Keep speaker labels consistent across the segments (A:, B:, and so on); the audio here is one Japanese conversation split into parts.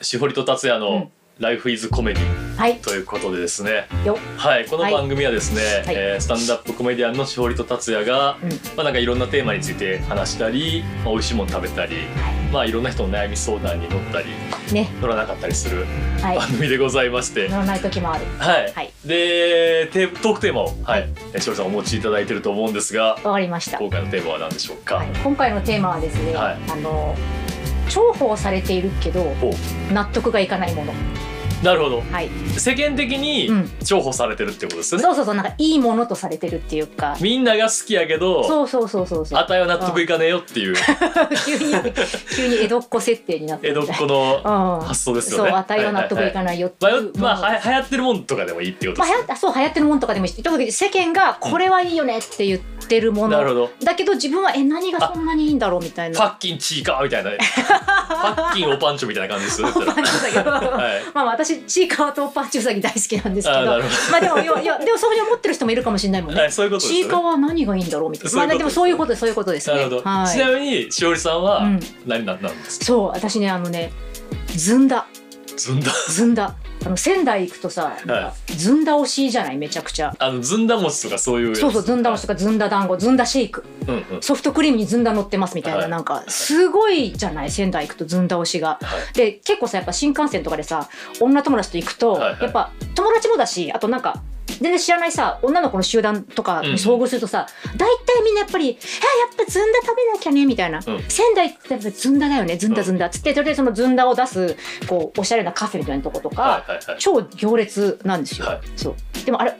A: しほりと達也の「ライフイズコメディ
B: はい
A: ということでですね、
B: よ
A: はい、この
B: はい
A: 番組はですね、
B: はい
A: えースタンダップコメディアンのしほりと達也が、
B: うん
A: まあ、なんかいろんなテーマについて話したり、まあ、美味しいもの食べたり、まあ、いろんな人の悩み相談に乗ったり
B: ね
A: 乗らなかったりする
B: はい
A: 番組でございまして、
B: 乗らない時もある
A: はい
B: はい
A: でテートークテーマを、はいえーしほりさんお持ちいただいてると思うんですが
B: わかりました、
A: 今回のテーマは何でしょうか、
B: はい、今回のテーマはですね、
A: はい
B: あの重宝されているけど
A: お
B: 納得がいかないもの
A: なるほど
B: はい
A: 世間的に
B: うん
A: 重宝されてるってことですよね、
B: そうそうそうなんかいいものとされてるっていうか
A: みんなが好きやけど
B: そうそうそうそうそ
A: あ
B: う
A: たいは納得いかねえよって いう
B: 急に急に江戸っ子設定になって
A: 江戸っ子
B: っ
A: の
B: 子
A: 発想ですよ
B: そう
A: ね。
B: あたいは納得いかないよって
A: はいいは
B: う
A: い
B: もの
A: まあ、はや流行ってるもんとかでもいいってこと
B: ま
A: です
B: あ流
A: ね
B: 行ったそう流行ってるもんとかでもいいしとにかく世間がこれはいいよねって言ってるもの、
A: なるほど。
B: だけど自分はえ何がそんなにいいんだろうみたい
A: パ
B: な
A: ッキンチーカーみたいな、 パッキンおパンチョみたいな感じですよね。言っ
B: パ
A: た
B: ンチ ュだけど、
A: らはい。
B: まあ私チーカーとパンチウサギ大好きなんですけ
A: あ
B: ど
A: ーなるほ
B: まあでもいやい やでもそういうふうに思ってる人もいるかもしれないもん
A: ど。は
B: ね
A: い、そういうことです
B: チ
A: よ
B: ー
A: ね。
B: カーは何がいいんだろうみたいな
A: そういうこと
B: まあでもそういうことですそういうことですね
A: なるほど。
B: はい
A: ちなみに、しおりさんは
B: うん
A: 何なんなんですか
B: そう私ねあのねずんだ
A: ずんだ。
B: ずんだあの仙台行くとさ、なんかずんだ推しじゃないめちゃくちゃ
A: あの、ずんだ餅とかそういうやつ。
B: そうそうずんだ推し
A: し。
B: とかずんだ団子ずんだシェイク
A: うんうん。
B: ソフトクリームにずんだ乗ってますみたいな、
A: はい
B: なんかすごいじゃない仙台行くとずんだ推しが、
A: はい
B: で結構さやっぱ新幹線とかでさ女友達と行くと、
A: はいはい
B: やっぱ友達もだしあとなんか全然知らないさ女の子の集団とかに遭遇するとさ、大体みんなやっぱり「えやっぱずんだ食べなきゃね」みたいな、
A: うん
B: 仙台ってやっぱずんだだよねずん
A: う
B: だ
A: ん
B: ずんだ」っつってそれでそのずんだを出すこうおしゃれなカフェみたいなとことか、
A: はいはいはい。
B: 超行列なんですよ、
A: はい
B: そうでもあれ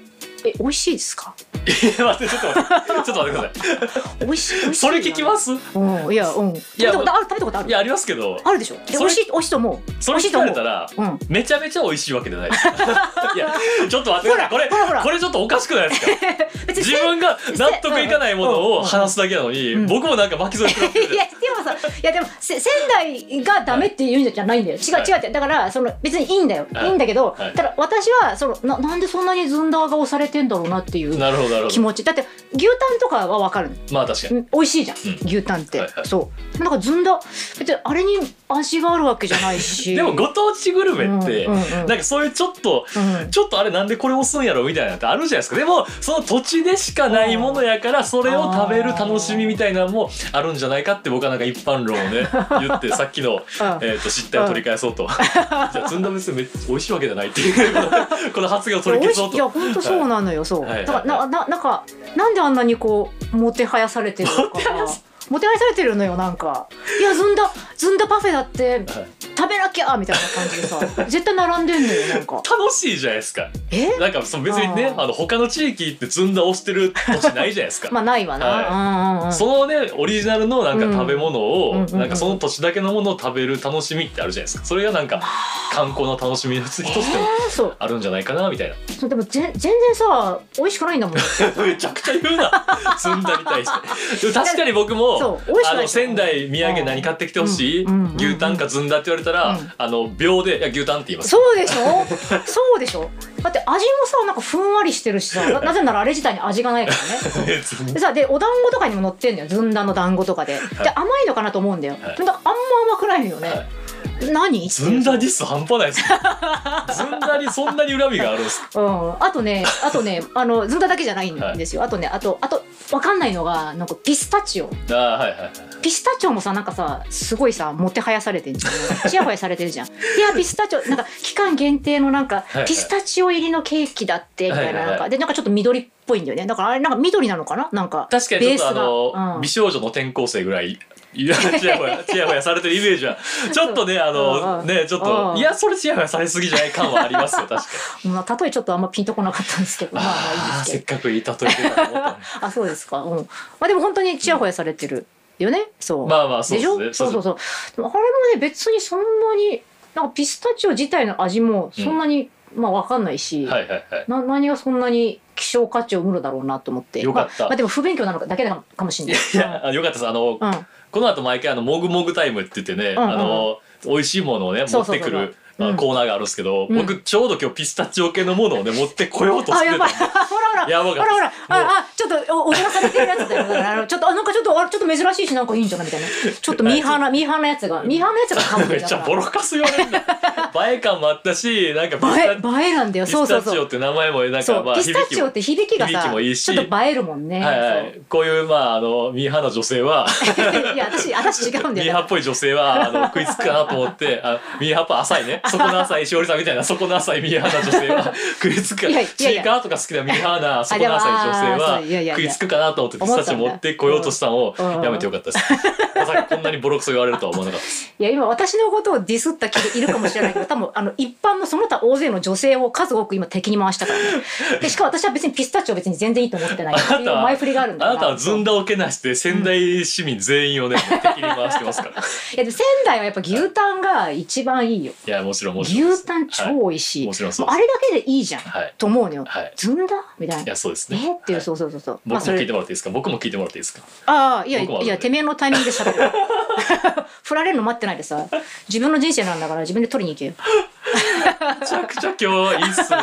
B: え美味しいですか
A: え、 待って、ちょっと待って。ちょっと待ってくださ
B: 美味しい美
A: い。
B: 味しい
A: それ聞きますすい
B: うんいやうん食べたことある食べたことある
A: や、ありますけど、
B: あるでしょ。
A: そ
B: で
A: れ
B: 美味しい美味しいと思う。
A: それ聞かれたら、
B: うん。ほ
A: めちゃめちゃ美味しいわけじゃない です。いや、ちょっと待ってください。
B: ら
A: これ
B: ほ、らほら
A: こ。れちょっとおかしくない ですか
B: 別
A: 自
B: せ
A: 分が納得いかないものを話すだけなのに、
B: うん
A: 僕もなんか巻き添え食らって
B: い
A: る
B: やでもさいやでもせ仙台がダメって言うんじゃないんだよ。違う
A: はい
B: 違うってだからその別にいいんだよ。
A: はい
B: いいんだけど、
A: はい
B: ただ私はそのななんでそんなにずんだが押されてんだろうなっていう
A: なるほどなるほ
B: 気持ち。だって牛タンとかはわかるの。
A: どまあ確かに
B: うん美味しいじゃん、
A: うん
B: 牛タンって、
A: はいはい
B: そうなんかずんだ別にあれに味があるわけじゃない し
A: でもご当地グルメって、
B: うんうんうん
A: なんかそういうちょっと
B: うん
A: ちょっとあれなんでこれ押すんやろみたいなのってあるじゃないですかでもその土地でしかないものやからそれを食べる楽しみみたいなのもあるんじゃないかって僕はなんか一般論を ね言ってさっきの、
B: う
A: え
B: ん
A: ー、と失態を取り返そうとじゃあずんだ別にめっちゃ美味しいわけじゃないっていうこのこの発言を取り
B: 美
A: 消
B: 味し
A: そう
B: いい
A: と
B: や本当そうなのよ、そう、
A: はい
B: だからなななんかなんであんなにこうもてはやされてるのかなもてはやされてるのよなんかいやずんだずんだパフェだって
A: はい
B: 食べなきゃみたいな感じでさ絶対並んでんのよなんか
A: 楽しいじゃないですか
B: え
A: なんかそう別にね
B: あー
A: あの他の地域ってずんだをしてる土地ないじゃないですか。
B: まあないわな、うんうんうん
A: そのねオリジナルのなんか食べ物を、
B: うんうんうんうん
A: なんかその土地だけのものを食べる楽しみってあるじゃないですかそれがなんか観光の楽しみの一つとしても
B: えーそう
A: あるんじゃないかなみたいな
B: そうでもぜん全然さ美味しくないん だもん
A: めちゃくちゃ言うなずんだに対してでも確かに僕も
B: そう美味しく
A: あ
B: ない
A: の仙台土産何買ってきてほしい、
B: うんうんうん
A: 牛タンかずんだって言われたら、
B: うん
A: あの秒で「いや牛タン」って言います
B: そうでしょそうでしょだって味もさなんかふんわりしてるしさななぜならあれ自体に味がないからね
A: ずんだ
B: でさでお団子とかにも乗ってんだよずんだの団子とかでで甘いのかなと思うんだよ、
A: はい
B: でもだからあんま甘くないのよね、
A: は
B: 何って
A: ずんだディス半端ないですねずんだにそんなに恨みがあるんですか
B: うん、あとねあ とねあのずんだだけじゃないんですよ、あとねあとあとわかんないのがなんかピスタチオ
A: あーはいはいはい
B: ピスタチオもさなんかさすごいさもてはやされてんじゃんちやほやされ てるじゃんいやピスタチオなんか期間限定のなんか
A: いはい
B: ピスタチオ入りのケーキだってみたい
A: は
B: な
A: は
B: い
A: いは
B: なん
A: い
B: かでなんかちょっと緑っぽいんだよねだからあれなんか緑なのかななんか
A: 確かにちょっとあ
B: ベースが
A: の、
B: うん
A: 美少女の転校生ぐらい。いやちやほ やちやほやされてるイメージはちょっとねあ
B: うんう
A: の
B: ん
A: ねちょっと
B: うん
A: いやそれちやほやされすぎじゃない感はありますよ確かに
B: まあ、例えちょっとあんまピンとこなかったんですけ どまあまあいい
A: あー
B: ですけど
A: せっかくいい例えてたと思ったのに
B: あそうですか。うん。まあでも本当にちやほやされてるよね。そう。
A: まあまあそう
B: で
A: で
B: し
A: すね
B: ょ。そうそう
A: う
B: そう。でもあれもね別にそんなになんかピスタチオ自体の味もそんなに、まあわかんないし、
A: はいはいはい
B: な何がそんなに希少価値を生むのだろうなと思って。
A: よかった
B: まあ、まあでも不勉強なのかだけなのかもしれない。
A: いやあよかったですあの、
B: うん。うん
A: この後毎回あのもぐもぐタイムって言ってね、
B: うんうんうん
A: あの美味しいものをね持
B: そう
A: っ
B: そうそう
A: てくる
B: うん
A: まあコーナーがあるんですけど、
B: うん
A: 僕ちょうど今日ピスタチオ系のものをね持ってこようとし
B: あ
A: てた
B: や
A: んで
B: ばい。ほ らほら。
A: やば
B: ほ
A: かっ
B: ら
A: た
B: ほら、あ、
A: もう
B: あ、ちょっと、お、踊らされてるやつだよ。だからあの ちょっと、あ、なんかちょっと、あれちょっと珍しいし、なんかいいんじゃないみたいな。ちょっとミーハーな、ミーハーなやつが、ミーハーなやつが噛むんだ
A: め
B: よ
A: っ
B: だ
A: ち
B: か
A: ゃ
B: ら
A: ボロカス言われるんだ映え感もあった しなんかピ
B: 映え
A: スタ
B: 映えなんだよ
A: ピ
B: そう
A: ス
B: そう
A: タチ
B: そ
A: オ
B: う
A: って名前もなん
B: そ
A: か
B: う
A: まあ
B: ピスタ
A: 響
B: チ
A: き
B: オ
A: も
B: って響きが
A: 響き
B: さ
A: もいいし
B: ちょっと映えるもんね、
A: はいはい、こういうまああのミーハーな女性は
B: そう いや私私違うん
A: ミ
B: だ
A: ー
B: よ
A: ハー
B: な
A: っぽい女性はあ の食いつくかなと思ってあミーハーっぽい浅いねそこの浅いしおりさんみたいなそこの浅いミーハーな女性 は食いつくか
B: いやい
A: チ
B: やいや
A: ーカーとか好きなミーハーなそこの浅い女性
B: あでもあーそうい
A: は
B: やいやいや
A: 食いつくかなと思ってピスタチオ持ってこようとしたのを
B: うんうん
A: やめてよかったです まさかこんなにボロクソ言われるとは思わなかったです
B: いや今私のことをディスった気でいるかもしれな いけど多分あの一般のその他大勢の女性を数多く今敵に回したから、ね、でしかも私は別にピスタチオ別に全然いいと思ってないっていう前振りがあるんだ か
A: あ
B: ら
A: なたはずんだをけなして仙台市民全 員をねもう敵に回してますから
B: いやでも仙台はやっぱ牛タンが一番いいよ
A: いやもちろんもちろんです
B: 牛タン超美味しい、
A: もちろんそ
B: も
A: う
B: う
A: で
B: あれだけでいいじゃん、
A: すはい
B: と思うのよ、
A: はい
B: ずんだみたい
A: い
B: な
A: やそうです
B: え
A: ね
B: ーっていう
A: はい
B: そうそうそうそう、
A: 僕も
B: そ
A: 聞いてもらっていいですか僕も聞いてもらっていいですか
B: ああいや
A: 僕もある
B: い
A: ので
B: やてめえのタイミングで喋 る振られるの待ってないでさ自分の人生なんだから自分で取りに行けよ
A: めちゃくちゃ今日いいっす ね。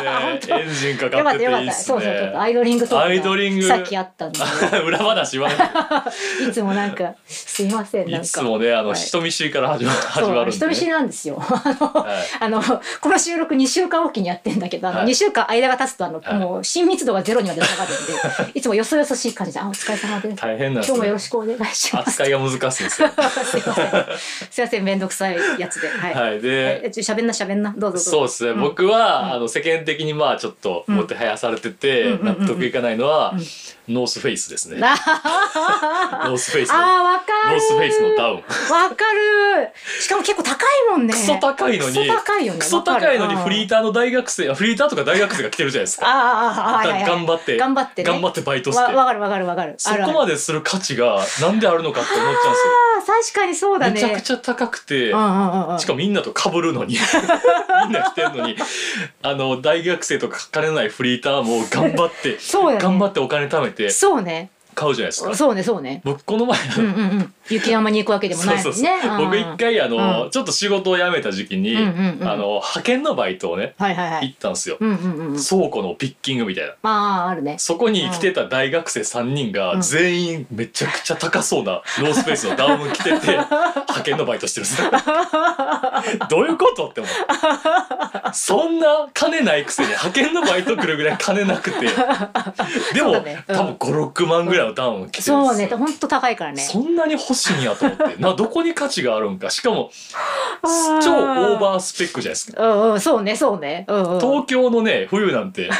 A: エンジンか
B: よ
A: か
B: か
A: っ
B: っ
A: てい
B: てたよかっ
A: いったす
B: そうそうそう
A: ね。
B: アイドリングとか
A: アイドリング
B: さっきあったんで
A: 裏話は
B: いつもなんかすいませんな
A: い
B: んか
A: つもねあの
B: はい
A: 人見知りから始ま始まるんで
B: そう人見知り
A: ね。
B: なんですよ あの
A: はい
B: あのこの収録2週間おきにやってんだけどあの、
A: はい
B: 2週間間が経つとあの、
A: はい
B: もう親密度がゼロにまで下がるんでいつもよそよそしい感じで「あお疲れ様です」
A: 大変なんで
B: 今日
A: す
B: もよろ
A: ね。
B: しくお願いします」
A: 扱いが難しいですよ。
B: すいません すいません面倒くさいやつではい、は
A: はいで。
B: い、ちょ喋んな喋んなどうぞどうぞ
A: そうですね、
B: ん
A: 僕は、あの世間的にまあちょっと
B: うん
A: もてはやされてて、
B: うんうんうんう
A: 納
B: ん
A: 得いかないのは、
B: うん
A: ノースフェイスですねノ
B: あー
A: ースフェイスのノ
B: あーわかる
A: ースフェイスのダウン
B: わかるしかも結構高いもんね
A: クソ高いのに
B: クソ高いよね
A: クソ高いのにフリー
B: ー
A: ターの大学生あフリーターとか大学生が来てるじゃないですか
B: あーあーあーあーはいはいはい
A: 頑張って
B: 頑張ってね
A: 頑張ってバイトして
B: わわかるわかるわかる
A: そ
B: あるあ
A: こ
B: る
A: までする価値がなんであるのかって思っちゃ
B: あー確かにそうだ
A: うん
B: ね
A: ですよ。めちゃくちゃ高くて、
B: うんうんうんうん
A: しかもみんなと被るのに みんな来てるのにあの大学生とか金のないフリーターも頑張って、
B: そうだね
A: 頑張ってお金貯めて
B: そうね
A: 買うじゃないですか。
B: そうねそうね
A: 僕この前
B: うんうんうん雪山に行くわけでも
A: そ
B: な
A: う
B: い
A: そう
B: し
A: そう
B: ねうん
A: 僕一回あの、
B: うん
A: ちょっと仕事を辞めた時期に、
B: うんうんうん
A: あの派遣のバイトをね
B: はいはいは
A: 行
B: い
A: ったんですよ、
B: うんうんうんうん
A: 倉庫のピッキングみたいな
B: まああるね
A: そこに来てた大学生3人
B: う
A: が
B: ん
A: 全員めちゃくちゃ高そうなノースペースのダウン着て て派遣のバイトしてるんですよどういうことって思うそんな金ないくせに派遣のバイト来るぐらい金なくてでも、
B: そうだねうん
A: 多分56万ぐらいのダウン着てるん
B: そ
A: です
B: うね
A: よ
B: ほんと高いからね
A: そんなに欲しいんやと思ってなどこに価値があるんかしかも
B: あー
A: 超オーバースペックじゃないですか
B: うんうんそうねそうねうんうん
A: 東京のね冬なんて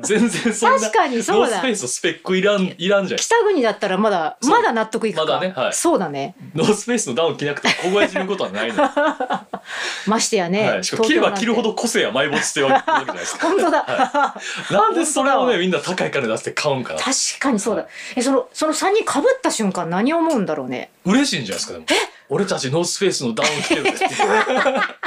A: 全然そんな
B: 確かにそうだ
A: ノースペースのスペックいらんいらんじゃないですか
B: 北国だったらまだ
A: そう
B: まだ納得いくか
A: まだねはい
B: そうだね
A: ノースペースのダウン着なくても凍え死ぬことはない の、
B: ましてやね、
A: はい、しかも着れば着るほど個性は埋没してるわけじゃないですか
B: 東京なんて本当だ、
A: なんでそれを
B: 本当だ
A: ね
B: わ
A: みんな高い金出して買うんかな
B: 確かにそうだ、
A: は
B: えそのその3人かぶった瞬間何思うんだろうね
A: 嬉しいんじゃないですかでも俺たちノースペースのダウン着てるぜって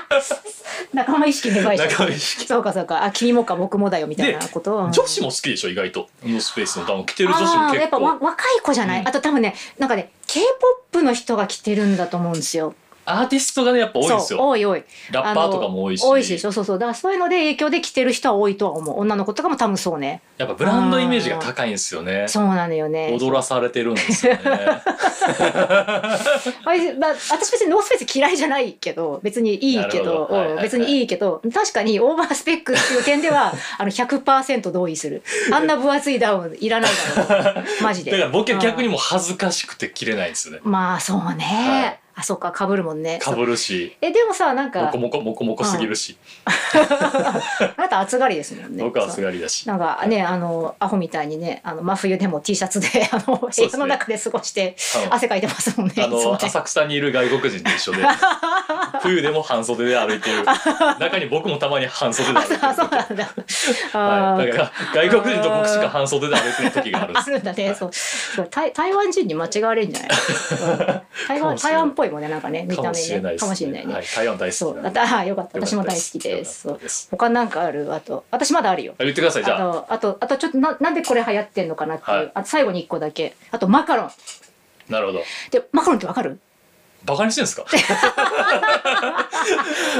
B: 仲間意識芽生えちゃう
A: 仲間意識
B: そうかそうかあ君もか僕もだよみたいなことを
A: 女子も好きでしょ意外とノースペースのダウン着てる女子も
B: あーや
A: 結
B: っぱわ
A: 構
B: 若い子じゃない、
A: うん
B: あと多分ねなんかね k p o p の人が着てるんだと思うんですよ
A: アーティストがねやっぱ多いんです
B: そう
A: よ
B: 多い多い
A: ラッパーとかも多いし
B: あの多いしそうそうそうだからそういうので影響で着てる人は多いとは思う女の子とかも多分そうね
A: やっぱブランドイメージが高いんですよね
B: そうなのよね
A: 踊らされてるんです よね
B: あれまあ、私別にノースペース嫌いじゃないけど別にいいけ
A: なる
B: ど
A: ほどはいはい
B: うん
A: はい
B: 別にいいけど確かにオーバースペックっていう点では あの100%同意するあんな分厚いダウンいらないだ ろうマジで
A: だから僕は逆に
B: うん
A: もう恥ずかしくて着れないんですよね
B: まあそうね、
A: はい
B: あそうか被るもんね
A: かぶるし
B: えでもさなん
A: モ
B: か
A: コモコモコモコすぎるし、
B: あなた暑がりですもんね
A: 僕はすがりだし
B: なんかねあのアホみたいにねあの真冬でも T シャツであの
A: そう
B: 部
A: ですね
B: 屋の中で過ごして
A: うん
B: 汗かいてますもんね
A: あ
B: いつも
A: の
B: ね
A: 浅草にいる外国人と一緒 で冬でも半袖で歩いてる中に僕もたまに半袖で歩いてる
B: あそう
A: 時
B: なんだあ
A: はい、
B: ー
A: だから外国人と僕しか半袖で歩いてる時があるんで
B: あ
A: す
B: るんだね、そうそう台台湾人に間違われるんじゃない、 うん台
A: かも
B: 湾
A: しれない
B: 台湾っぽいもんねなんかね見
A: か
B: た
A: も
B: 目
A: しれ
B: ね
A: ないです
B: かもしれないね、
A: はい、台湾大
B: そ
A: 好
B: う
A: きな
B: だっ
A: んで
B: てあー よかった
A: よかったです
B: 私も大好きです
A: よかったです
B: そう他なんかあるあと私まだあるよ
A: あ言ってくださいじ
B: あ
A: ゃあ
B: とあとあとちょっとななんでこれ流行ってんのかなっていう、
A: はい
B: あと最後に一個だけあとマカロン
A: なるほど
B: でマカロンってわかる
A: バカにしてんすか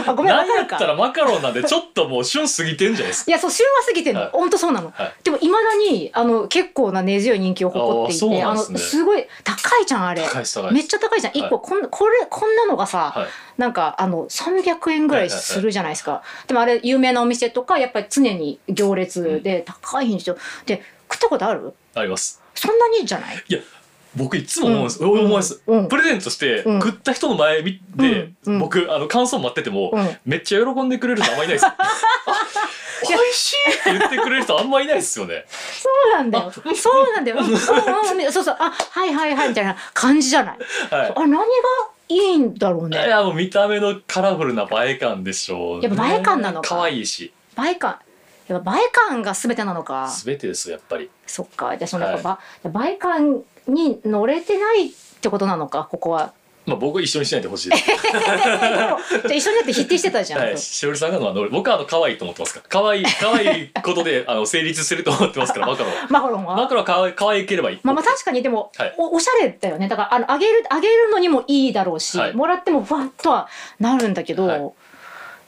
B: あ ごめん
A: な
B: わ
A: ん
B: か
A: や
B: る
A: った
B: から
A: マカロンなんでちょっともう旬過ぎてんじゃないですか
B: いやそう旬は過ぎてんの、
A: はい
B: ほんとそうなの、
A: はい
B: でもいまだにあの結構な根強い人気を誇っていて
A: あ
B: あ
A: ーそうなん
B: の
A: ですね
B: すごい高いじゃんあれ
A: 高いです高いで
B: めっ
A: す
B: ちゃ高いじゃん
A: はい
B: 1個こんこれこんなのがさ、
A: はい
B: なんかあの300円ぐらいするじゃないですか、でもあれ有名なお店とかやっぱり常に行列で高いんですよで食ったことある
A: あります
B: そんなにじゃない
A: 僕いつも思うんです、思います、
B: うん
A: プレゼントして、
B: うん
A: 食った人の前見て、
B: うんうん
A: 僕あの感想待ってても、
B: うん
A: めっちゃ喜んでくれる人あんまいないです あ美味しいって言ってくれる人あんまいないですよね
B: そうなんだよそうなんだ よ、うんうんうん、そうそうあはいはいはいみたいな感じじゃない
A: はい
B: あ何がいいんだろう
A: い
B: ね
A: やもう見た目のカラフルな映え感でしょう、
B: やっぱ映え感なのか
A: 可愛いし
B: 映え感やっぱ映え感が全てなのか
A: 全てですよやっぱり
B: そっかじゃあそのやっぱ、ば映え感に乗れてないってことなのかここは
A: まあ僕は一緒にしないでほしいです
B: じゃあ一緒になって否定して たじゃん、
A: はいしおりさんがのは乗る僕はあの可愛いと思ってますから可愛い可愛いことであの成立すると思ってます からマカロンは
B: マカロンは
A: マカロンは可愛可愛ければいい、
B: まあまあ確かにでも、
A: はい
B: おおしゃれだよねだからあのあげるあげるのにもいいだろうし、
A: はい
B: もらってもわっとはなるんだけど、
A: はい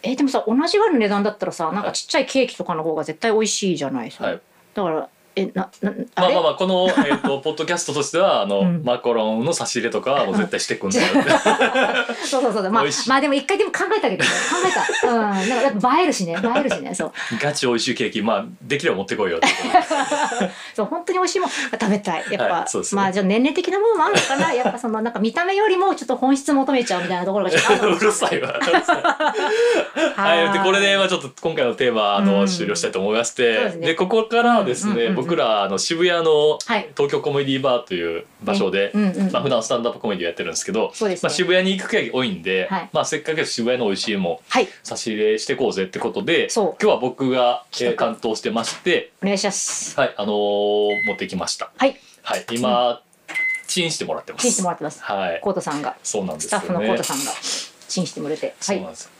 B: えーでもさ同じぐらいの値段だったらさなん
A: は
B: か
A: い
B: ちっちゃいケーキとかの方が絶対美味しいじゃない、
A: はい
B: だからえななあ
A: まあ
B: れ、
A: まあまあこの、えー、 とポッドキャストとしてはあの、
B: うん
A: マカロンの差し入れとかはもう絶対してくんだよって
B: そうそうそうそうまあ
A: 美味しい
B: まあでも一回でも考えたけどね考 えたうんなんかやっぱ映えるしね映えるしねそう
A: ガチ美味しいケーキまあできれば持ってこいよって
B: そう本当に美味しいもん食べたいやっぱ、
A: はいそうですね
B: まあじゃあ年齢的なものもあるの かなやっぱそのなんか見た目よりもちょっと本質求めちゃうみたいなところがちょっとあるのか
A: うるさいわ。はい、でこれで、まあ、ちょっと今回のテーマあの、
B: うん
A: 終了したいと思いまして
B: そう
A: で
B: で,、すね
A: ここからはですね、
B: うんうんうんうん
A: 僕らあの渋谷の
B: はい
A: 東京コメディバーという場所で、
B: うんうんうん
A: まあ普段スタンダップコメディをやってるんですけど、
B: そうですね
A: まあ、渋谷に行く機会が多いんで、
B: はい
A: まあ、せっかく渋谷の美味しいもん
B: はい
A: 差し入れしてこうぜってことで
B: そう
A: 今日は僕が、えー
B: 企画
A: 担当してまして、
B: お願いします
A: はいあのー持ってきました。
B: はい
A: はい、今、チンしてもらってます。
B: チンしてもらってます。
A: はい、
B: コートさんが、
A: そうなんです
B: ス
A: よ
B: タ
A: ね。
B: ッフのコートさんがチンしてもらって、は
A: そうなん
B: い、
A: ですよ。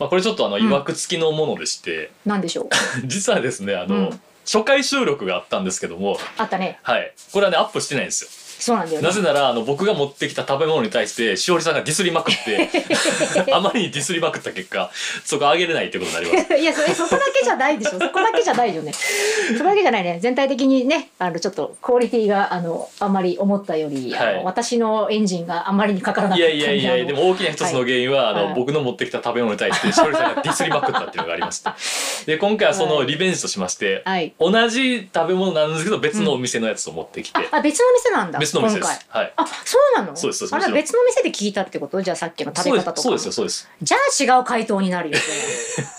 A: まあ、これちょっとあの、
B: うん
A: 曰く付きのものでして、
B: なんでしょう。
A: 実はですね、あの、
B: うん
A: 初回収録があったんですけども、
B: あったね。
A: はい、これはね、アップしてないんですよ。
B: そうなんだよね
A: な。ぜなら、あの、僕が持ってきた食べ物に対して、しおりさんがディスりまく って、あまりにディスりまくった結果、そこ上げれないってことになります。
B: いやそれそこだけじゃないでしょ。そこだけじゃないよね。そこだけじゃないね。全体的にね、あのちょっとクオリティがあのあまり思ったより、あの
A: はい
B: 私のエンジンがあまりにかからなかっ
A: い
B: た
A: や
B: んで。
A: いやい
B: あ
A: や、
B: の
A: でも大きな一つの原因は、あの、
B: はい
A: 僕の持ってきた食べ物に対して、しおりさんがディスりまくったっていうのがありました。 で、今回はそのリベンジとしまして、
B: はい。
A: 同じ食べ物なんですけど、別のお店のやつを持ってきて、
B: ああ別の店なんだ。
A: 別のお店で
B: 今回
A: す。。はい。
B: あそうなの。
A: そうですそうです
B: あ
A: もち
B: ら
A: ろん
B: 別の店で聞いたってことじゃあさっきの食べ方とか。
A: そうですそうですよ
B: じゃあ違う回答になるよ。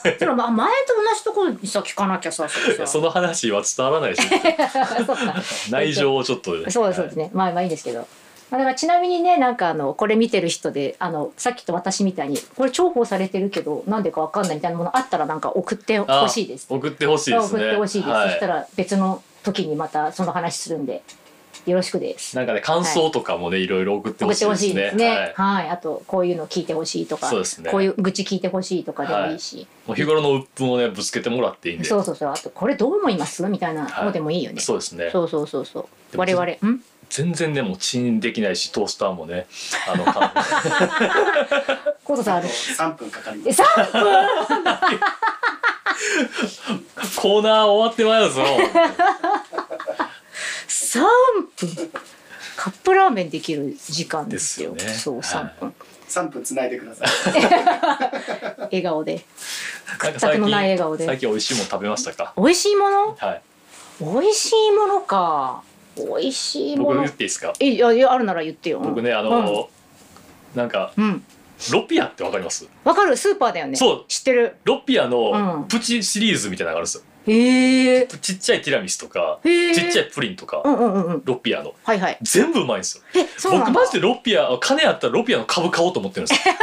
B: そ れでもまあ前と同じところにさ聞かなきゃさ。そ
A: そう
B: れ
A: ですい
B: さ
A: やその話は伝わら ないし
B: そっか。
A: 内情をちょっとね
B: そうですそうですね。まあまあいいですけど。まあだからちなみにねなんかあのこれ見てる人であのさっきと私みたいにこれ重宝されてるけどなんでかわかんないみたいなものあったらなんか送って
A: はい
B: ほしいです。
A: あ送ってほしいです
B: 送
A: ね
B: ってほしいです。
A: は
B: そしたら別の時にまたその話するんでよろしくです。
A: なんかね感想とかもね、い、ろいろ送って
B: 送
A: ほ
B: っ
A: してい
B: ほ
A: で
B: しい
A: すね
B: ですね。
A: は
B: はいい、あとこういうの聞いてほしいとか、
A: そうですね
B: こういう愚痴聞いてほしいとかでもいいし、
A: もう日頃の鬱憤をねぶつけてもらっていいんで
B: そううそうそうあとこれどう思いますみたいなのでもいいよね。
A: そうですね
B: そうそうそうそう
A: でも
B: 我々ん
A: 全然ねもうチンできないしトースターもねあのか
B: コートさんある。
C: 3分かかりま
B: え
C: す。
B: さ
A: コーナー終わってまいるぞ
B: 3分カップラーメンできる時間ですよ
A: ですよね
B: そう
A: はい
B: 3分、
C: 3分つないでください。
B: 笑顔で
A: なんか
B: 全
A: 最
B: くの
A: 近
B: ない笑顔で
A: 最近美味しいもの食べましたか
B: 美味しいもの
A: はい
B: 美味しいものか美味しいも
A: 僕
B: の
A: 言っていいですか
B: えいやいやあるなら言ってよ
A: 僕ねあの、なんか
B: うんうん
A: ロピアってわかります
B: わかるスーパーだよね
A: そう
B: 知ってる
A: ロピア
B: う
A: の
B: ん
A: プチシリーズみたいなのがあるんですよ
B: へえ
A: ちっちゃいティラミスとか、
B: へえ
A: ちっちゃいプリンとか、
B: うんうんうんうん
A: ロピアの
B: はいはい
A: 全部うまいんですよ
B: えそうなん
A: 僕
B: だ
A: マジでロピア金あったらロピアの株買おうと思ってるんです よ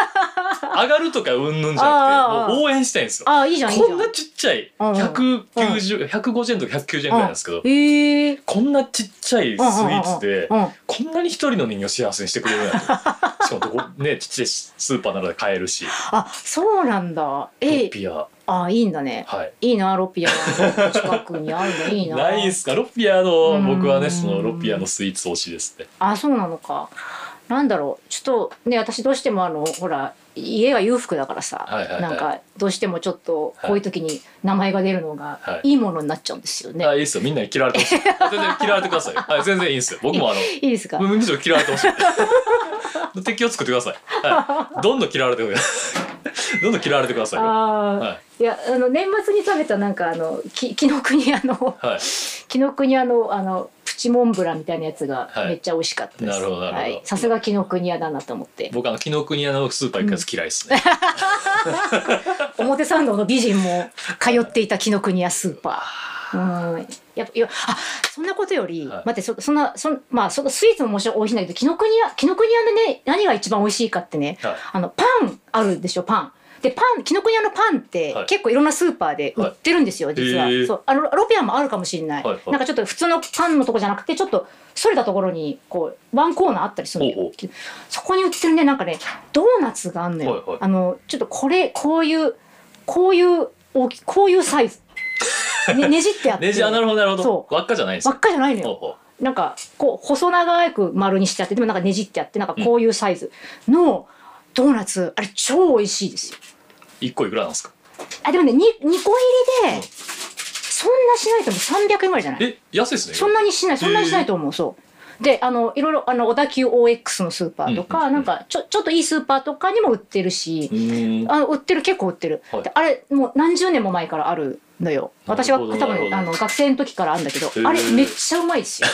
A: 上がるとかうんぬんじゃな
B: あー
A: くてもう応援したいんですよ
B: ああいいじゃんいいじゃ
A: こ
B: ん
A: んなちっちゃい
B: うんうん
A: 190 150円とか190円ぐらいなんですけど
B: へえ
A: こんなちっちゃいスイーツで
B: うんうんうんうん
A: こんなに一人の人形を幸せにしてくれ るなんてしかもどこねちっちゃいスーパーなどで買えるし
B: あそうなんだ
A: ロ
B: え
A: ピア
B: あいいんだね
A: はい
B: いいなロピアの近くにあるのいいな
A: ないんすかロピアの僕は
B: う
A: ね
B: ん
A: そのロピアのスイーツ推しですね
B: あそうなのかなんだろうちょっとね私どうしてもあのほら家が裕福だからさ、
A: はいはいはい
B: なんかどうしてもちょっと
A: はい
B: こういう時に名前が出るの
A: は
B: が
A: い
B: いいものになっちゃうんですよね。
A: あいいですよみんなに嫌われてほ しい全然嫌われてくださいはい全然いいんですよ僕もあの
B: い、いですか、
A: むむしろ嫌われてほしい 敵を作ってください、はい、どんどん嫌われてくださ いどんどん嫌われてくださいよ
B: あー
A: はい
B: やあの年末に食べたなんかあのき紀ノ国屋の
A: はい
B: 紀ノ国屋のあのプチモンブランみたいなやつが
A: はい
B: めっちゃ美味しかったで
A: な
B: す。
A: るほどなるほど
B: はい、さすが紀ノ国屋だなと思って。
A: 僕あの紀ノ国屋のスーパー行くやつ嫌いですね、
B: 表参道の美人も通っていた紀ノ国屋スーパー。うん、やっぱいやあそんなことより、
A: はい
B: 待ってそそんなそんまあそのスイーツももちろん美味しいんだけど紀ノ国屋紀ノ国屋でね何が一番美味しいかってね、
A: はい
B: あのパンあるでしょパン。でパン紀ノ国屋のパンって
A: はい
B: 結構いろんなスーパーで売ってるんですよ、実は
A: へー
B: そうあのロピアもあるかもしれない、
A: はいはい
B: なんかちょっと普通のパンのとこじゃなくてちょっとそれたところにこうワンコーナーあったりするんだ
A: ほう
B: よ
A: ほ
B: そこに売ってるねなんかねドーナツがあんのよ、
A: はいはい
B: あのちょっとこれこういうこういう大きこういうサイズ、 ね、ねじってあって
A: ネジあなるほどなるほど
B: そ
A: 輪っかじゃないんです
B: 輪
A: よ
B: っかじゃないの
A: ほう
B: よ
A: ほ
B: なんかこう細長く丸にしてあってでもなんかねじってあってなんかこういうサイズのドーナツあれ超美味しいですよ
A: う一個いくらなんですか
B: あでもね 2, 2個入り
A: うん
B: でそんなしないと思う300円ぐらいじゃない
A: え安いですね
B: そんなにしないそんなにしないと思うそうであのいろいろあの小田急 OX のスーパーとか、
A: うんうんうん
B: なんかちょちょっといいスーパーとかにも売ってるし、
A: うーん
B: あ売ってる結構売ってる、
A: はい
B: であれもう何十年も前からあるのよ
A: なる
B: 私は
A: ほど
B: 多
A: なるほ
B: 分
A: ど
B: あの学生の時からあるんだけど
A: ー
B: あれめっちゃうまい ですよ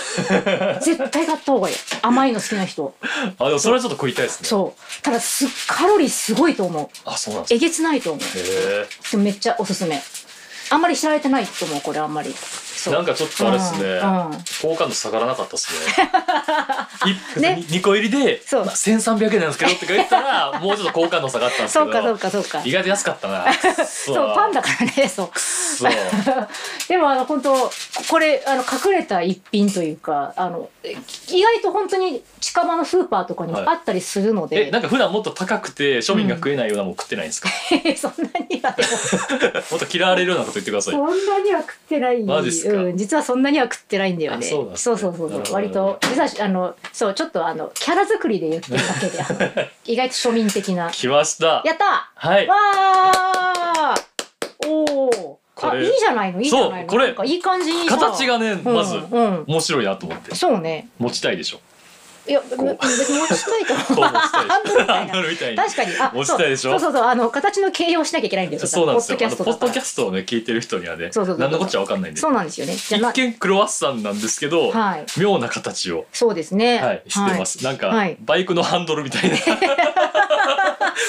B: 絶対買った方がいい甘いの好きな人
A: あでもそれはちょっと食いたいですね
B: そうただすカロリーすごいと思う
A: あそうなんです
B: えげつないと思
A: か
B: う
A: へ
B: でもめっちゃおすすめあんまり知られてないと思うこれあんまり
A: え
B: そう
A: なんかちょっとあれですね
B: うんうん
A: 好感度下がらなかったですね 一
B: ね
A: 二2個入りで、
B: そう
A: まあ、1300円なんですけどって言った らもうちょっと好感度下がったんですけ
B: そ
A: ど
B: うかそうかそうか
A: 意外と安かったなそ
B: そうパンだからねそう
A: そう
B: でもあの本当これあの隠れた一品というかあのえ意外と本当に近場のスーパーとかにもあったりするの
A: え
B: で、
A: なんか普段もっと高くて庶民が食えないようなもん食ってないんですか、
B: そんなにはでも
A: もっと嫌われるようなこと言ってください
B: そんなには食ってない
A: マジっすか
B: うん、実はそんなには食ってないんだよね
A: あそうなんです
B: そ
A: ね
B: うそうそう
A: なるほど
B: 割と実はあのそうちょっとあのキャラ作りで言ってるだけであ の意外と庶民的な
A: 来ました
B: やった
A: はい
B: わーおー
A: こ
B: あ
A: れ
B: いいじゃないのいいじゃない
A: そう
B: の
A: これ
B: なんかいい感じにさ
A: 形がねまず
B: うんうん、
A: 面白いなと思って
B: そうね
A: 持ちたいでし ょ
B: いや、別に持ちたいと
A: こう
B: 思
A: 持
B: う。
A: ちたいでしょ
B: ハンドルみた
A: ハ
B: い
A: ン
B: な
A: ドルみたいに
B: 確かに。あ
A: 持ちたいでしょ
B: そうそうそうそう、あの形の形容しなきゃいけないんだよ。
A: そうなんですよ
B: ポッ
A: あの
B: ドキャスト
A: ポ
B: だ
A: ッ
B: か
A: ド
B: ら
A: キャストをね聞いてる人にはね
B: そうそうそう
A: 何のこっちゃ分かんないんで
B: そうなんですよね。じゃあ
A: 一
B: な、
A: 見クロワッサンなんですけど、
B: はい、
A: 妙な形を、
B: そうですね。
A: はい、してます、なんか、
B: はい
A: バイクのハンドルみた いな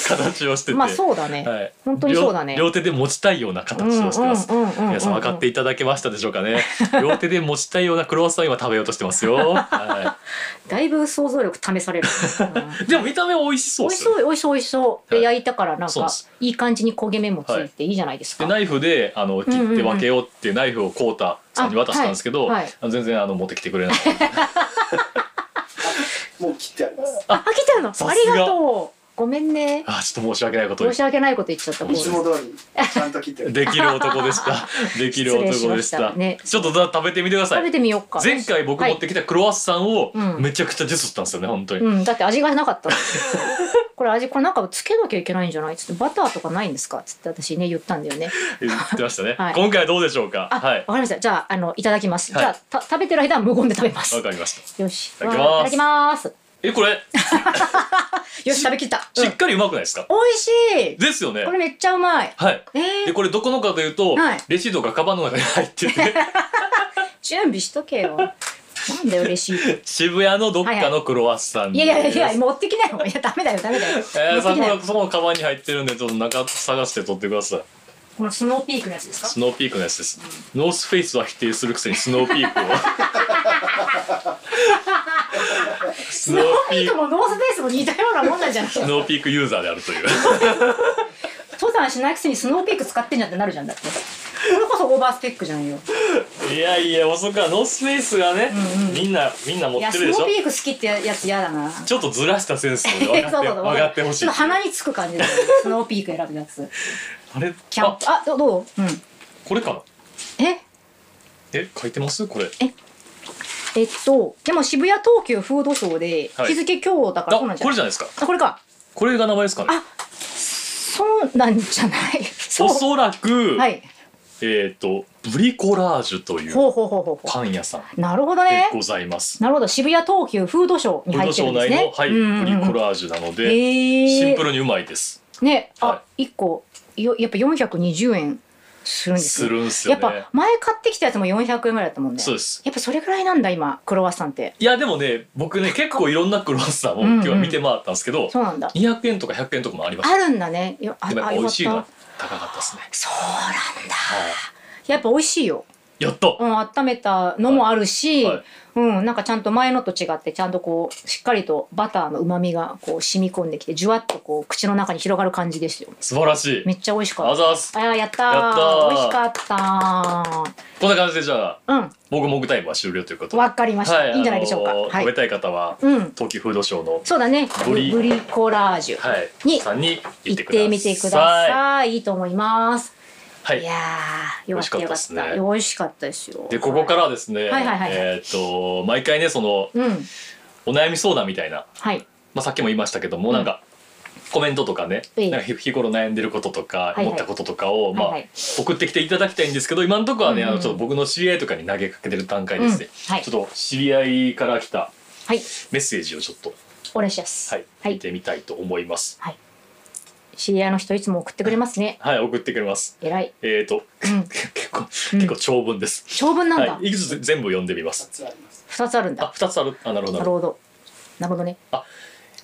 A: 形をしてて、
B: まあ、そうだね。
A: はい、
B: 本当にそうだね
A: 両両手で持ちたいような
B: うん
A: 形をしてます、
B: うんうんうんうん
A: 皆さん分かっていただけましたでしょうか ね両手で持ちたいようなクロワッサンを今食べようとしてますよ、は
B: だいぶ想像力試さ れる。うん
A: い、でも見た目美味しそうで
B: 美味し
A: すよ
B: そう、美味しそう、美味しそう。
A: は
B: で、
A: い
B: 焼いたから、なん
A: そうで
B: か
A: す、
B: いい感じに焦げ目もついて、いいじゃないですか。
A: でナイフであの切って分けようってナイフをコータさんに渡したんですけど、
B: あはいはい
A: あの全然あの持ってきてくれない
C: もう切ってあります。
B: あ、飽きたの。
A: さ
B: あ
A: すが
B: りがとう。ごめんね。
A: あちょっと申し訳ないことを
B: 申し訳ないこと言っちゃった。
A: そう
C: い
A: です
C: つも通りちゃんと切ってあります。
A: できる男でした できる男でし
B: 失礼しましたたね
A: ちょっとだ食べてみてくださ
B: 食べ
A: い
B: てみようか。
A: 前回僕持ってきたクロワッサンを
B: うん
A: めちゃくちゃジュースしたんですよね本当に、
B: うん、だって味がなかったの これ味これなんかつけなきゃいけないんじゃないつってバターとかないんですかつって私ね言ったんだよね
A: 言ってましたね、
B: はい
A: 今回はどうでしょうか
B: あ、
A: は
B: わ
A: い
B: かりましたじゃああのいただきます、
A: はい
B: じゃあた食べてる間は無言で食べます
A: わかりました
B: よし
A: いただきます
B: わあいただきます
A: えこれ
B: よし食べきった、うん、
A: し
B: 美
A: っかりうまくないですか、
B: 味しい
A: ですよね
B: これめっちゃうまい
A: はい
B: え
A: で
B: ー、
A: これどこのかというと、
B: はい
A: レシートがカバンの中に入ってて
B: 準備しとけ よなんだよ嬉しい
A: 渋谷のどっかのクロワッサン
B: い
A: です
B: やいやいやいや持ってきなよいやダメだよダメだよ、
A: えー、
B: 持っ
A: そ
B: てきなよ
A: こそこのカバンに入ってるんでちょっと中探して取ってください
B: このスノーピークのやつですか
A: スノーピークのやつです。ノースフェイスは否定するくせにスノーピー クを。ス
B: スノーピークもノースペースも似たようなもんなんじゃない
A: スノーピークユーザーであるという。
B: 登山しないくせにスノーピーク使ってんじゃんってなるじゃんだってこれこそオーバースペックじゃんよ
A: いやいや、遅くはノースフェイスがね、みんな、みんな持
B: いや
A: って
B: ス
A: るで
B: ノ
A: し
B: ー
A: ょ
B: ピーク好きってやつ嫌だな
A: ちょっとずらしたセンスで分か
B: そ
A: って、
B: うそうそう
A: 分かってほし
B: ち
A: い
B: ょっ。と鼻につく感じだよねスノーピーク選ぶやつ
A: あれ、
B: キャン
A: あ
B: プ、あどどううん
A: これかな。
B: え
A: え、書いてます、これ。
B: ええっとでも渋谷東急フードショーで
A: はい
B: 日付今日だからそうな
A: あ
B: んじゃ
A: こ
B: な
A: れ
B: い
A: じゃないですか
B: あこれか
A: これが名前ですかね
B: あそうなんじゃない
A: お
B: そう
A: そらく、
B: はい
A: えっ、とブリコラージュという
B: ほうほうほうほうほ
A: パン屋さん
B: うなるほど
A: で
B: ね
A: ございます。
B: なるほど渋谷東急フードショー
A: ブ
B: に
A: ル
B: 入
A: ド省
B: ってるんです
A: 内の、
B: ね
A: はい、
B: うんうんう
A: ブリ
B: ん
A: コラージュなの
B: え
A: で、
B: ー
A: シンプルにうまいです。
B: ね
A: は
B: あ一個よやっぱ420円するんです
A: す
B: ね
A: るんす
B: や
A: よ
B: っ
A: ね。
B: ぱ前買ってきたやつも400円ぐらいだったもんね
A: そうです。
B: やっぱそれぐらいなんだ今クロワッサンって
A: いやでもね、僕ね結構いろんなクロワッサンを
B: うんうん
A: 今日は見て回ったんですけど、
B: そうなんだ
A: 200円とか100円とかもありまし
B: あるんだねよあ
A: た。でもやっぱ
B: あ
A: 美
B: よ
A: 味
B: かっ
A: しいのは
B: た
A: 高かったですね。
B: そうなんだ
A: はい。
B: やっぱ美味しいよ、
A: やった。
B: うん、温めたのもあるし、
A: はいはい
B: うん、なんかちゃんと前のと違ってちゃんとこうしっかりとバターの旨味がこう染み込んできてじゅわっとこう口の中に広がる感じですよ
A: 素晴らしい
B: め。っちゃ美味しか
A: あ
B: っ
A: ざーす。
B: たあーやったー
A: やったー
B: 美味しかっ
A: こんな感じでじゃあ
B: たー
A: もぐもぐタイムは終了というこ
B: う
A: と
B: ん
A: で。
B: わかりました、い、いんじゃないでしょうか、
A: あのー
B: はい
A: 食べたい方は
B: うん
A: 東急フードショーの
B: そうだね
A: ブ
B: ブ
A: リ
B: リコラージュ、
A: はい
B: に
A: さんに行っ
B: 行
A: て
B: っ
A: ください。
B: てみてくださいいいと思います、、
A: はいい。
B: やーよかった
A: 美味しかった
B: よか
A: で
B: っ
A: す
B: た
A: ね
B: 美味しかったですよ
A: でここからはですね、
B: はいはいはい
A: えーっと毎回ねその
B: うん
A: お悩み相談みたいな、
B: はい
A: まあ、さっきも言いましたけども、
B: うん
A: なんかコメントとかね
B: ええ
A: なんか日日頃悩んでることとか
B: いはい
A: 思ったこととかを、
B: はいは
A: ま
B: い
A: あ、送ってきていただきたいんですけど今のところはね、
B: うんうん
A: あのちょっと僕の知り合いとかに投げかけてる段階ですね、
B: うんはい
A: ちょっと知り合いから来た
B: はい
A: メッセージをちょっと、
B: お願いします
A: はい見てみたいと思います。
B: 知り合いの人いつも送ってくれますね
A: はい送ってくれます。
B: 偉い
A: えー、と、
B: うん
A: 結構
B: うん
A: 結構長文です。
B: 長文なんだ
A: はい、いくつ全部読んでみます。
C: つあります。
B: 二つあるん
A: あ
B: だ
A: 二つあるあなるほど
B: な
A: な
B: る
A: るほど
B: ほどなるほどね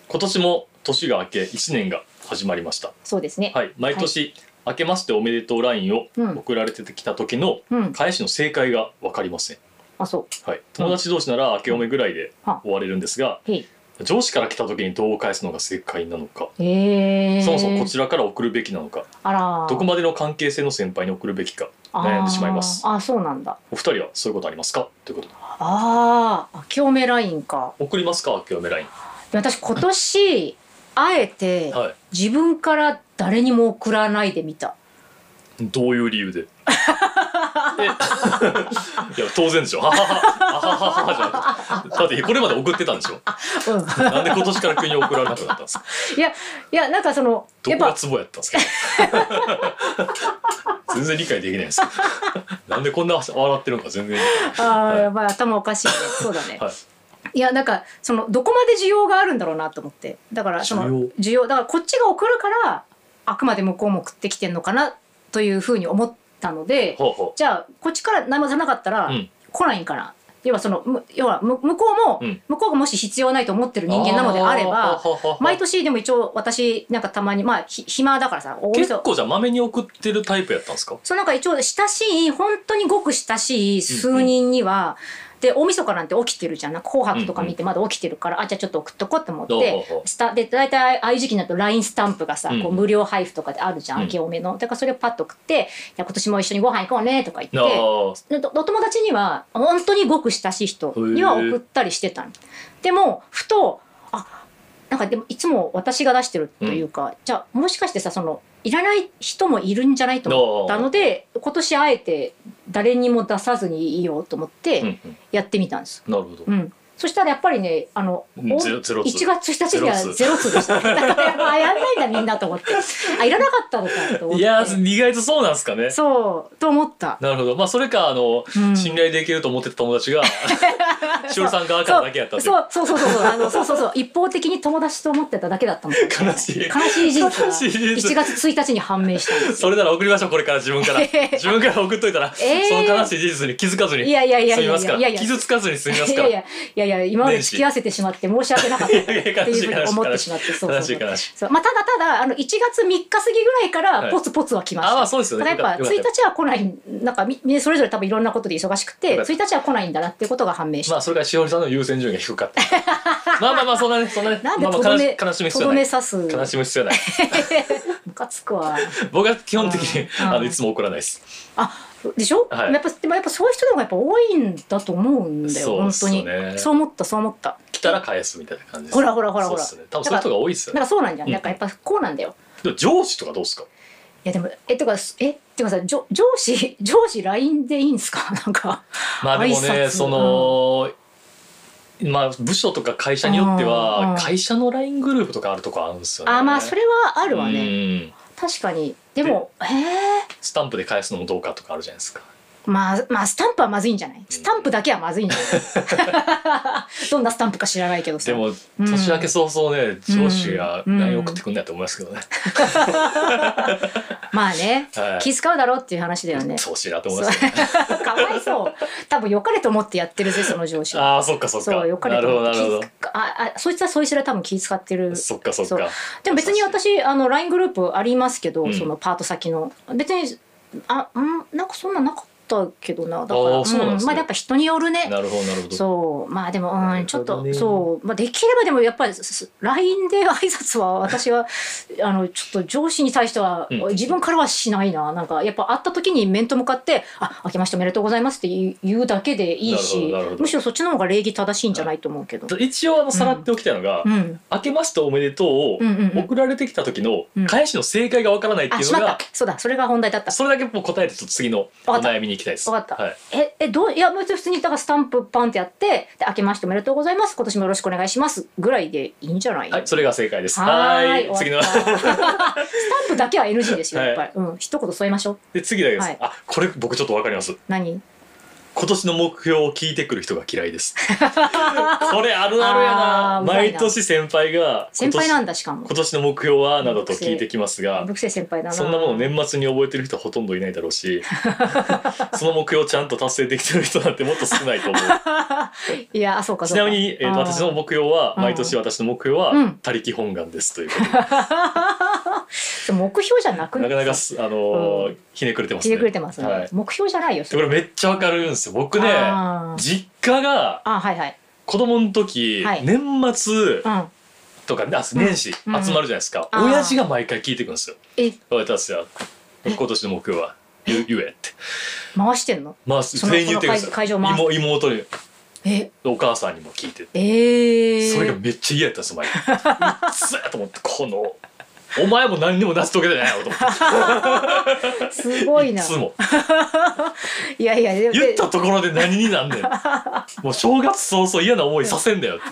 A: 今年も年が明け一年が始まりました。
B: そうですね、
A: はい、毎年、明けましておめでとうラインを
B: うん
A: 送られてきた時の
B: うん
A: 返しの正解が分かりません、
B: あそう
A: はい、友達同士なら明けおめぐらいで
B: は
A: 終われるんですが
B: へい
A: 上司から来た時にどう返すのが正解なのか
B: えー、
A: そもそもこちらから送るべきなのか
B: あら
A: どこまでの関係性の先輩に送るべきか悩んでしまいます
B: あーあそうなんだ
A: お二人はそういうことありますかということで
B: ああ明けおめラインか
A: 送りますか明けおめライン
B: で私今年あえて、
A: はい
B: 自分から誰にも送らないでみた
A: どういう理由でえ いや当然でしょはははははははじゃなくてだってこれまで送ってたんでしょ
B: うん
A: なんで今年から急に送られなくなったんですか
B: いやいやなんかその
A: ど
B: や
A: こ
B: っ
A: が
B: ぱ
A: ツボやったんですか全然理解できないですなんでこんな笑ってるのか全然理解
B: あーやばい頭おかしいねそうだね、
A: はい
B: いやなんかそのどこまで需要があるんだろうなと思ってだからその
A: 需
B: 需要だからこっちが送るからあくまで向こうも食ってきてんのかなというふうに思ったので
A: ほうほ
B: じゃあこっちから何もさなかったら
A: うん
B: 来ないんかな、要はそのむ要はむ向こうも、
A: うん
B: 向こうがもし必要ないと思ってる
A: う
B: 人間なのであれば
A: ほうほうほう
B: 毎年でも一応私なんかたまにまあひ暇だからさお店
A: 結構じゃあまめに送ってるタイプやったんですか
B: そのなんか一応親しい本当にごく親しい数人には、で大晦日なんて起きてるじゃんなんか紅白とか見てまだ起きてるから、あじゃあちょっと送っとこうと思っ
A: ほう
B: て。
A: ほうほう
B: スタで大体ああいう時期になると LINE スタンプがさ、
A: うん
B: こう無料配布とかであるじゃん、
A: うん
B: 明けおめのだからそれをパッと送って「いや今年も一緒にご飯行こうね」とか言って
A: なあ
B: でおお友達には本当にごく親しい人には送ったりしてたのでもふとあなんかでもいつも私が出してるというか、じゃあもしかしてさそのいらない人もいるんじゃないと思ったので今年あえて誰にも出さずにいようと思っ
A: うんう
B: て
A: ん
B: やってみたんです。
A: なるほど
B: うんそしたらやっぱりねあの
A: う
B: お
A: んゼロゼロ
B: 1月1日には
A: ゼロ通
B: ゼロ通 でした、だからやっぱあやんないんだみんなと思ってあいらなかったのかと思
A: い
B: って
A: やー意外とそうなんですかね
B: そうと思った。
A: なるほどまあそれかあの
B: うん
A: 信頼できると思ってた友達 がしおりさん側からだけやったっていう
B: そうそうそうそうそうあのそうそうそう一方的に友達と思ってただけだったもん
A: 悲しい
B: 悲しい事実が
A: 悲しい事実
B: 1月1日に判明したんです
A: それなら送りましょうこれから自分から自分から送っといたら、
B: えー
A: その悲しい事実に気づかずに
B: いやいやいや
A: 済み
B: いや
A: ま
B: い
A: す
B: や
A: か
B: いや
A: ら
B: いや
A: 傷つかずに済みます
B: い
A: か
B: や
A: ら
B: いやいやいや今まで付き合わせてしまって申し訳なかったって
A: いやいや 悲しい
B: いうふうに思ってしまってそうそう
A: 悲
B: そ
A: しいう悲しい
B: そうまあただただあの1月3日過ぎぐらいか
A: は
B: ら
A: い
B: ポツポツは来ました、
A: あまあそうですよね
B: だからやっぱ
A: よ
B: 1
A: かったよかっ
B: 日は来ないなんかみみそれぞれ多分いろんなことで忙しくて
A: よかった
B: 1日は来ないんだなっていうことが判明した
A: まあそれからしおりさんの優先順位が低かった まあまあまあそんなねそんなね
B: なんで
A: まあま
B: と
A: あ
B: ど
A: 悲し
B: め、
A: 悲しむ
B: と
A: 必要
B: ど
A: な
B: め
A: い
B: 刺す。
A: 悲しむ必要ない
B: ムカつくわ。
A: 僕は基本的に
B: うん
A: あのいつも怒らないです
B: あでしょ、
A: はい
B: やっぱでもやっぱそういう人の方がやっぱ多いんだと思うんだよ
A: そうっ
B: 本
A: す
B: 当
A: よ
B: に
A: ね
B: そう思ったそう思った
A: 来たら返すみたいな感じです
B: ほらほらほらほら
A: そうっすね多分そういう人が多いですよ
B: なん
A: ね
B: かそうなんじゃん、
A: うん
B: なんかやっぱこうなんだよ
A: でも上司とかどうですか
B: いやでもえてかえてかさ 上上司上司 LINE でいいんですか なんか
A: まあでも
B: 挨
A: ね
B: 拶
A: その、まあ部署とか会社によっては
B: あー
A: 会社の LINE グループとかあるとこあるんですよね
B: あまあそれはあるわね、
A: ね
B: 確かにでもへえ
A: スタンプで返すのもどうかとかあるじゃないですか
B: まあまあスタンプはまずいんじゃないスタンプだけはまずいんじゃ ないどんなスタンプか知らないけどさ
A: でも
B: うん
A: 年明け早々ね上司が
B: うん
A: LINE 送ってくんないと思いますけどね
B: まあね、
A: はい
B: 気遣うだろうっていう話だよね
A: 調子だと思いますけどね
B: かわいそう 多分良かれと思ってやってるぜその上司は
A: ああそっかそっか
B: そう良かれ
A: な
B: と
A: るほどな
B: 思っ
A: る
B: て
A: ほど
B: 気遣ああそいつはそいつで多分気遣ってる
A: そっかそっ
B: そう
A: か
B: でも別に私あの LINE グループありますけど、
A: うん
B: そのパート先の別にあうんなんかそんななかったけどなだから
A: あーそうなんですね
B: まあやっぱ人によるね
A: なるほどなるほど
B: そうまあでも
A: な
B: うん
A: る
B: ちょっ
A: ほど
B: と、
A: ね
B: そうまあできればでもやっぱりすす LINE で挨 拶は私はあのちょっと上司に対しては
A: うん
B: 自分からはしないな、なんかやっぱ会った時に面と向かって「あ明けましておめでとうございます」って言う言うだけでいい
A: なるほ
B: し
A: どなるほど
B: むしろそっちの方が礼儀正しいんじゃないと思うけど。
A: 一応あのさらっておきたいのが、
B: うん、
A: 明けましておめでとうを
B: うんうんうん
A: 送られてきた時の
B: うん
A: 返しの正解がわからないって
B: あ
A: いう
B: し
A: の
B: まっ
A: が、
B: たそうだそれが本題だった
A: それだけもう答えてちょっと次のお悩みに行きたいです。
B: わかった
A: はい。
B: ええどういや別に普通にだからスタンプパンってやってで「明けましておめでとうございます今年もよろしくお願いします」ぐらいでいいんじゃない
A: はい、それが正解です。
B: は
A: は
B: ー
A: ー
B: い
A: い。次
B: 終
A: の
B: わったスタンプだけは NG ですよ
A: はい
B: やっぱり、うん一言添えましょう
A: で次だけです。
B: はい
A: あ、これ僕ちょっとわかります。
B: 何
A: 今年の目標を聞いてくる人が嫌い です。これあるあるやな。
B: あーうまい
A: 毎
B: な
A: 年先輩が
B: 先輩なん
A: だ。
B: だしかも
A: 今年の目標はなどと聞いてきますが。
B: 僕生先輩だな
A: そんなもの年末に覚えてる人はほとんどいないだろうしその目標をちゃんと達成できてる人なんてもっと少ないと 思う
B: いやあそうかそ
A: ち
B: うか
A: なみに、えーと
B: あー
A: 私の目標は毎年私の目標は
B: うん
A: 「他力本願」ですということで
B: 目標じゃなく
A: なかなか
B: す
A: すあのー
B: う
A: ひねくれてます
B: ひ
A: ね。
B: ねくれてますね、
A: はい。で
B: 目標じゃないよそ
A: これ
B: れ
A: めっちゃわかるんですよ。僕ね
B: あー
A: 実家が
B: あはいはい
A: 子供の時、
B: はい
A: 年末
B: うん
A: とか、あ年始集
B: うん
A: まるじゃないですか。
B: あー
A: 親父が毎回聞いてくるんですよ。
B: え
A: 私は今年の目標はゆゆえって。
B: 回してんの
A: まあ
B: その
A: 全員言ってくるんですよ。
B: 会場回す
A: 妹妹に
B: え
A: お母さんにも聞いて。
B: えー、
A: それがめっちゃ嫌やったんですよ前。うっせーと思ってこの。お前も何にも成し遂げてないやろと 思って
B: すごい
A: い
B: な
A: つも
B: いやいやでも
A: 言ったところで何になんねん もう正月早々嫌な思いさせんだよって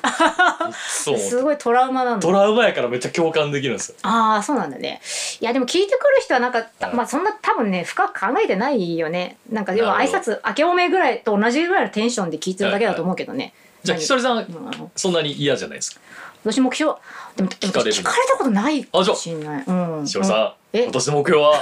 A: そう思って
B: すごいトラウマなんだ
A: トラウマやからめっちゃ共感できるんですよ
B: ああそうなんだねいやでも聞いてくる人はなんか、た
A: はい
B: まあそんな多分ね深く考えてないよねなんかでも
A: なる
B: 挨
A: ほど
B: 拶明けおめぐらいと同じぐらいのテンションで聞いてるだけだと思うけどね、
A: じゃあ
B: 何
A: ひとりさん
B: うん
A: そんなに嫌じゃないですか
B: 私目標でもで
A: 聞
B: も
A: かれる
B: 聞かれたことないかもしれないうん
A: ひとりさん
B: え
A: 今年の目標は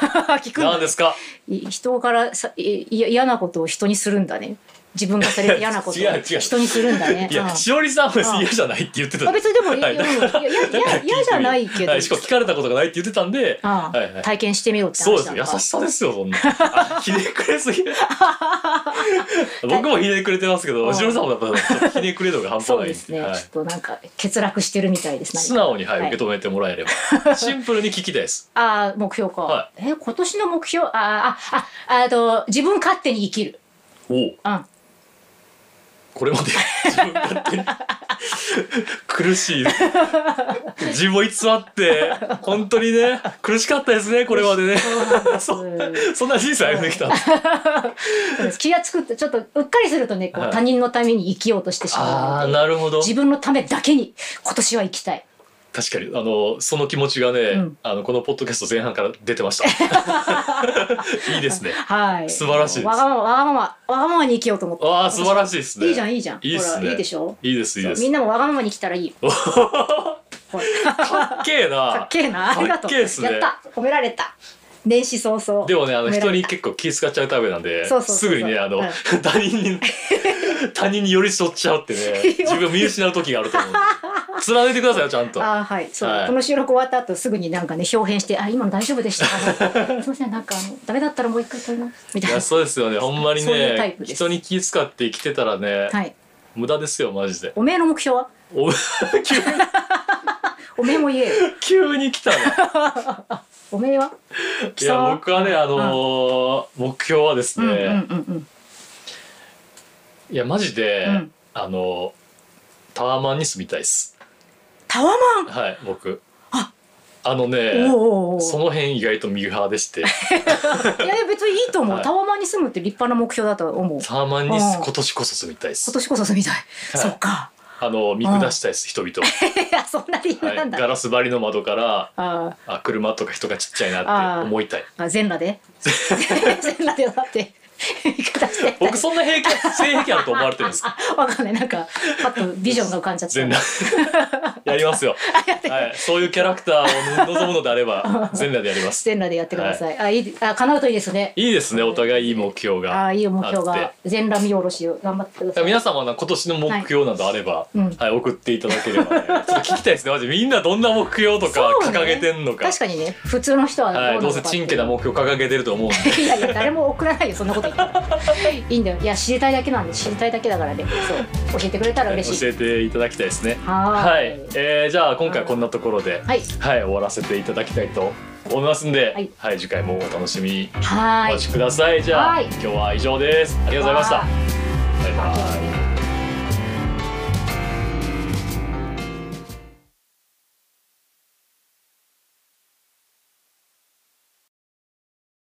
B: 聞くんだ
A: 何ですか
B: い人からさいいや嫌なことを人にするんだね自分がされて嫌なこ とを
A: 違う違う
B: 人にするんだね
A: い
B: うん
A: やしおりさんは
B: うん
A: 嫌じゃないって言ってた
B: まあ別にでもいや
A: はい
B: いやいやい や嫌じゃないけど、
A: はいしかも聞かれたことがないって言ってたんで
B: ああ
A: はいはい
B: 体験してみようって
A: そうです
B: 話な
A: よ優
B: のか
A: しさですよそんな あひねくれすぎる僕もひねくれてますけ
B: う
A: ど
B: ん
A: しおりさんもやっぱひねくれ度が半端
B: そう
A: ない
B: で
A: ん
B: すね、
A: はい
B: ちょっとなんか欠落してるみたいです何か
A: 素直に、はい
B: はい
A: 受け止めてもらえればシンプルに聞きたい です
B: ああ目標か、
A: は
B: え今年の目標あーああああと自分勝手に生きる
A: おお
B: うん
A: これまで自分勝手に苦しい自分を偽って本当にね苦しかったですねこれまでね
B: そうなんです
A: そんな人生歩んできたんです
B: そうです気がつくってちょっとうっかりするとねこう、
A: はい
B: 他人のために生きようとしてし
A: あ
B: ま
A: あ
B: うので
A: なるほど
B: 自分のためだけに今年は生きたい
A: 確かにあのその気持ちがね、
B: ん
A: あのこのポッドキャスト前半から出てました いいですね
B: はい
A: 素晴らしいです
B: わがままわがままわがままに生きようと思って
A: わあ素晴らしいですね
B: いいじゃんいいじゃん
A: いいっす
B: ほ
A: ね
B: らいいでしょ
A: いいですいいです
B: みんなもわがままに生きたら いいほら
A: かっけえな
B: かっけえなありがとう
A: かっけえっすね
B: やった褒められた年始早々
A: でもねあの
B: 褒めら
A: 人
B: れ
A: に
B: た
A: 結構気使っちゃうタイプなんで
B: そうそうそう
A: すぐにねあの、
B: うん
A: 他人 に他人に寄り添っちゃうってね自分見失う時があると思うんで貫いてくださいよちゃんと。
B: あーはいそう、
A: はい
B: この収録終わった後すぐになんかね表変して「あ今の大丈夫でした」あ のすいませんなんかあのダメだったらもう一回撮ります」み
A: い
B: たい
A: や
B: な。
A: そうですよねほんまに
B: そういうタイ
A: ね
B: プです
A: 人に気使って生きてたらね、
B: はい、
A: 無駄ですよマジで
B: おめえの目標は
A: お 急に
B: おめえも言え よ
A: 急に 来たな
B: おめえはい貴
A: や
B: 様
A: 僕はねあのー目標はです
B: うん
A: ね、
B: うんうん
A: いやマジで、
B: うん
A: あのタワマンに住みたいです
B: タワマン
A: はい僕あの
B: お
A: ね
B: うおうおう
A: その辺意外とミーハーでして
B: いやいや別にいいと思う、
A: はい
B: タワマンに住むって立派な目標だと思う今
A: タワマンに
B: うん
A: 今年こそ住みたいです。
B: 年こそ住みたい、
A: はい
B: そっか
A: あの見下したいです人々
B: いやそんな理由
A: は、
B: ないんだ、
A: ガラス張りの窓から
B: あ
A: あ車とか人がちっちゃいなって思いたい
B: ーあ全裸 で全裸でだって言い方して
A: 僕そんな平気 性癖あると思われてるんですか
B: あわかんないなんかパッとビジョンが浮かんじゃった
A: 全 裸やりますよ、はい、そういうキャラクターを望むのであれば全裸でやります
B: 全裸でやってください、あいいあ叶うといいですね
A: いいですねお互いいい目標が
B: ああいい目標
A: あっ
B: が全裸見下ろしを頑張ってください
A: 皆様の今年の目標などあれば、はい
B: いうん
A: 送っていただければ、ね、ちょっと聞きたいですねマジみんなどんな目標とか
B: そうね
A: 掲げてんのか,、
B: 確かにね普通の人
A: は
B: は
A: い、
B: なのか
A: どうせチンケな目標掲げてると思うんで
B: いやいや誰も送らないよそんなこと言ったらいいんだよいや知りたいだけなんで知りたいだけだからねそう教えてくれたら嬉しい
A: 教えていただきたいですね
B: は
A: は
B: ー
A: い
B: い、
A: えーじゃあ今回はこんなところでは
B: はい
A: はい、終わらせていただきたいと思いますんで、は
B: はいい、
A: 次回もお楽しみにお
B: はーい
A: 待ちください、じゃあ
B: はい
A: 今日は以上ですありがとうございました
B: わ
A: バイバイ